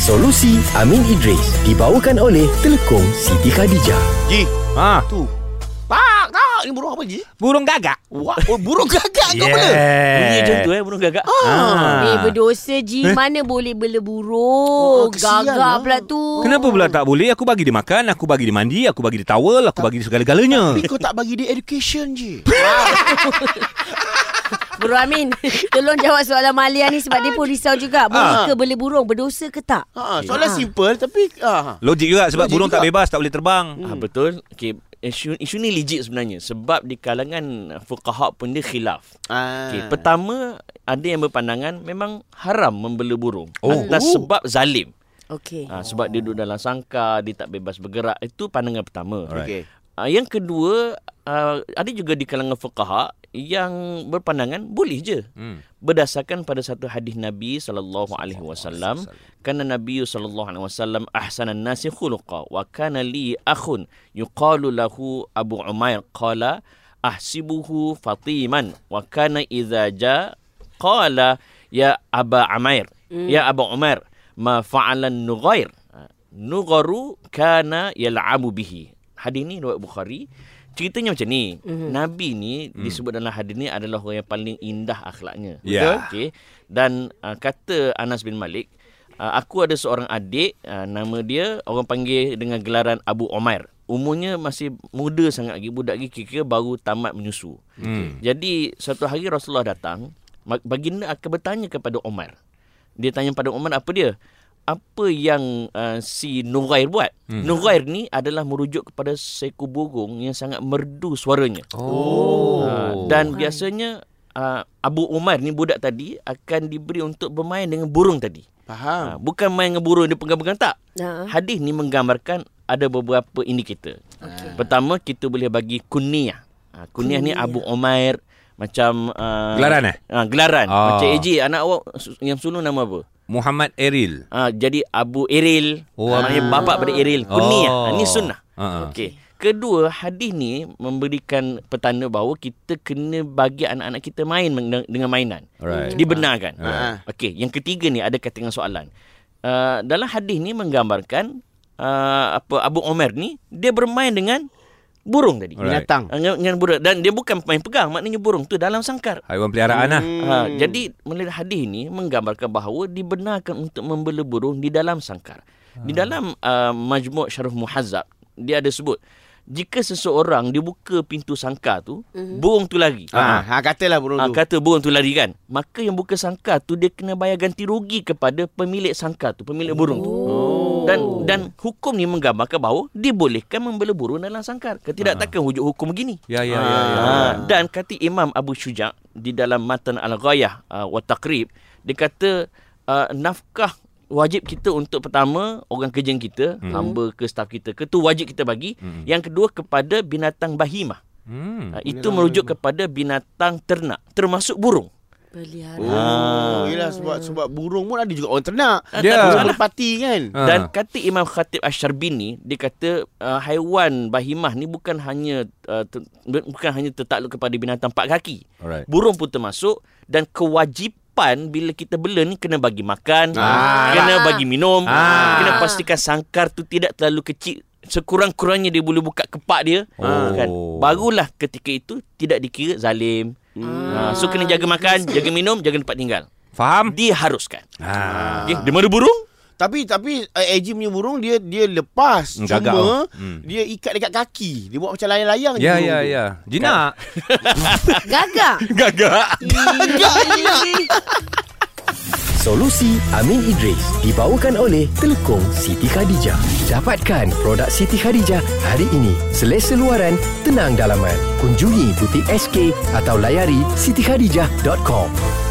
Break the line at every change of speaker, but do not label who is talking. Solusi Amin Idris dibawakan oleh Telekom Siti Khadijah.
Ji,
Ha,
tu. Pak, tak. Ini burung apa, Ji?
burung gagak.
Wah, oh, burung gagak kau pula.
Bunyi macam tu eh burung gagak.
Ha.
Ah.
Eh berdosa Ji eh? Mana boleh bela burung
Oh, kesian
Gagak
lah.
pula tu
Kenapa pula tak boleh? Aku bagi dia makan, aku bagi dia mandi, aku bagi dia towel, aku bagi dia segala-galanya.
Tapi kau tak bagi dia education, Ji.
Bro Amin Tolong jawab soalan Malia ni Sebab dia pun risau juga
Ah.
Boleh ke bela burung Berdosa ke tak
Ha, soalan simple tapi ah.
Logik juga sebab
Logik
burung tak
juga.
bebas, tak boleh terbang.
Ah betul. Okey, isu isu ni legit sebenarnya sebab di kalangan fuqaha pun dia khilaf.
Ah.
Okey, pertama ada yang berpandangan memang haram membela burung
Oh.
atas
Oh.
sebab zalim.
Okey
Ha, sebab dia duduk dalam sangkar, dia tak bebas bergerak. Itu pandangan pertama.
Alright.
Okey.
Uh, yang kedua, uh, ada juga di kalangan fuqaha yang berpandangan boleh je.
Hmm.
Berdasarkan pada satu hadis Nabi sallallahu alaihi wasallam, kana Nabi sallallahu alaihi wasallam ahsanan nasi khuluqa wa kana li akhun yuqalu lahu Abu Umair qala ahsibuhu Fatiman wa kana idza ja qala ya Aba Umair ya Abu Umair ma fa'alan nughair Nugaru kana yal'abu bihi. Hadis ni riwayat Bukhari. Ceritanya macam ni. Mm-hmm. Nabi ni mm. disebut dalam hadis ni adalah orang yang paling indah akhlaknya.
Ya.
Okey. Dan uh, kata Anas bin Malik, uh, aku ada seorang adik uh, nama dia orang panggil dengan gelaran Abu Umair. Umurnya masih muda sangat lagi budak lagi kira-kira baru tamat menyusu.
Hmm.
Mm. Jadi suatu hari Rasulullah datang, ma- baginda akan bertanya kepada Umar. Dia tanya pada Umar apa dia? Apa yang uh, si Nurair buat? Hmm. Nurair ni adalah merujuk kepada seekor burung yang sangat merdu suaranya.
Oh.
Uh, dan biasanya uh, Abu Umar ni budak tadi akan diberi untuk bermain dengan burung tadi.
Faham.
Uh, bukan main dengan burung dia pegang-pegang tak.
Ha.
Hadis ni menggambarkan ada beberapa indikator. Okay. Pertama kita boleh bagi kunyah. Ha, kunyah ni Abu Umair macam uh,
Gelaran, eh?
Ha, gelaran.
Ah.
Macam AJ anak awak su- yang sulung nama apa?
Muhammad Eril.
Ha, jadi Abu Iril.
Oh,
ha,
Abu-
Maknanya bapa pada Iril.
Oh.
Kunyah. Ha, ni sunnah.
Ha.
Okey. Kedua, hadis ni memberikan petanda bahawa kita kena bagi anak-anak kita main men- dengan mainan.
Alright.
Dibenarkan. Ha,
Alright.
Okey, yang ketiga ni ada kaitan dengan soalan. Uh, dalam hadis ni menggambarkan uh, apa Abu Umar ni dia bermain dengan burung tadi.
Alright.
Binatang.
Uh, Dengan, dengan burung dan dia bukan main pegang, maknanya burung tu dalam sangkar.
Haiwan peliharaan lah.
Ha, jadi melihat hadis ini menggambarkan bahawa dibenarkan untuk membela burung di dalam sangkar. Di dalam uh, Majmu' Syarif Muhazzab dia ada sebut jika seseorang dibuka pintu sangkar tu burung tu lari.
Ah, ha, katalah burung
Ha,
tu.
kata burung tu lari kan. Maka yang buka sangkar tu dia kena bayar ganti rugi kepada pemilik sangkar tu, pemilik burung tu.
Oh.
Dan dan hukum ni menggambarkan bahawa dibolehkan membela burung dalam sangkar. Ketidak takkan wujud hukum begini.
Ah. Ya, ya, ya. ya.
Ah, dan kata Imam Abu Syuja' di dalam matan Al-Ghayah uh, wa Taqrib dia kata uh, nafkah wajib kita untuk pertama orang kerjaan kita hmm. hamba ke staf kita ke tu wajib kita bagi hmm. yang kedua kepada binatang bahimah
Hmm.
uh, itu merujuk kepada binatang ternak termasuk burung
Pelihara
Oh, yelah sebab sebab burung pun ada juga orang ternak.
Ya.
Burung merpati kan.
Ha.
Dan kata Imam Khatib Asy-Syarbini dia kata uh, haiwan bahimah ni bukan hanya uh, ter, bukan hanya tertakluk kepada binatang empat kaki.
Alright.
Burung pun termasuk dan kewajipan bila kita bela ni kena bagi makan,
Ah.
kena bagi minum,
Ah.
kena pastikan sangkar tu tidak terlalu kecil sekurang-kurangnya dia boleh buka kepak dia
Oh.
kan barulah ketika itu tidak dikira zalim ah. so kena jaga makan jaga minum jaga tempat tinggal
Faham?
diharuskan
Ha.
okey dia mana burung
Tapi tapi uh, AG punya burung dia dia lepas
Hmm, gagak
cuma
tau. Hmm.
dia ikat dekat kaki. Dia buat macam layang-layang je
Ya,
burung
ya,
tu.
ya. Jinak.
Gagak
Gagak.
Solusi Amin Idris dibawakan oleh Telekom Siti Khadijah. Dapatkan produk Siti Khadijah hari ini. Selesa luaran, tenang dalaman. Kunjungi butik SK atau layari sitikhadijah.com.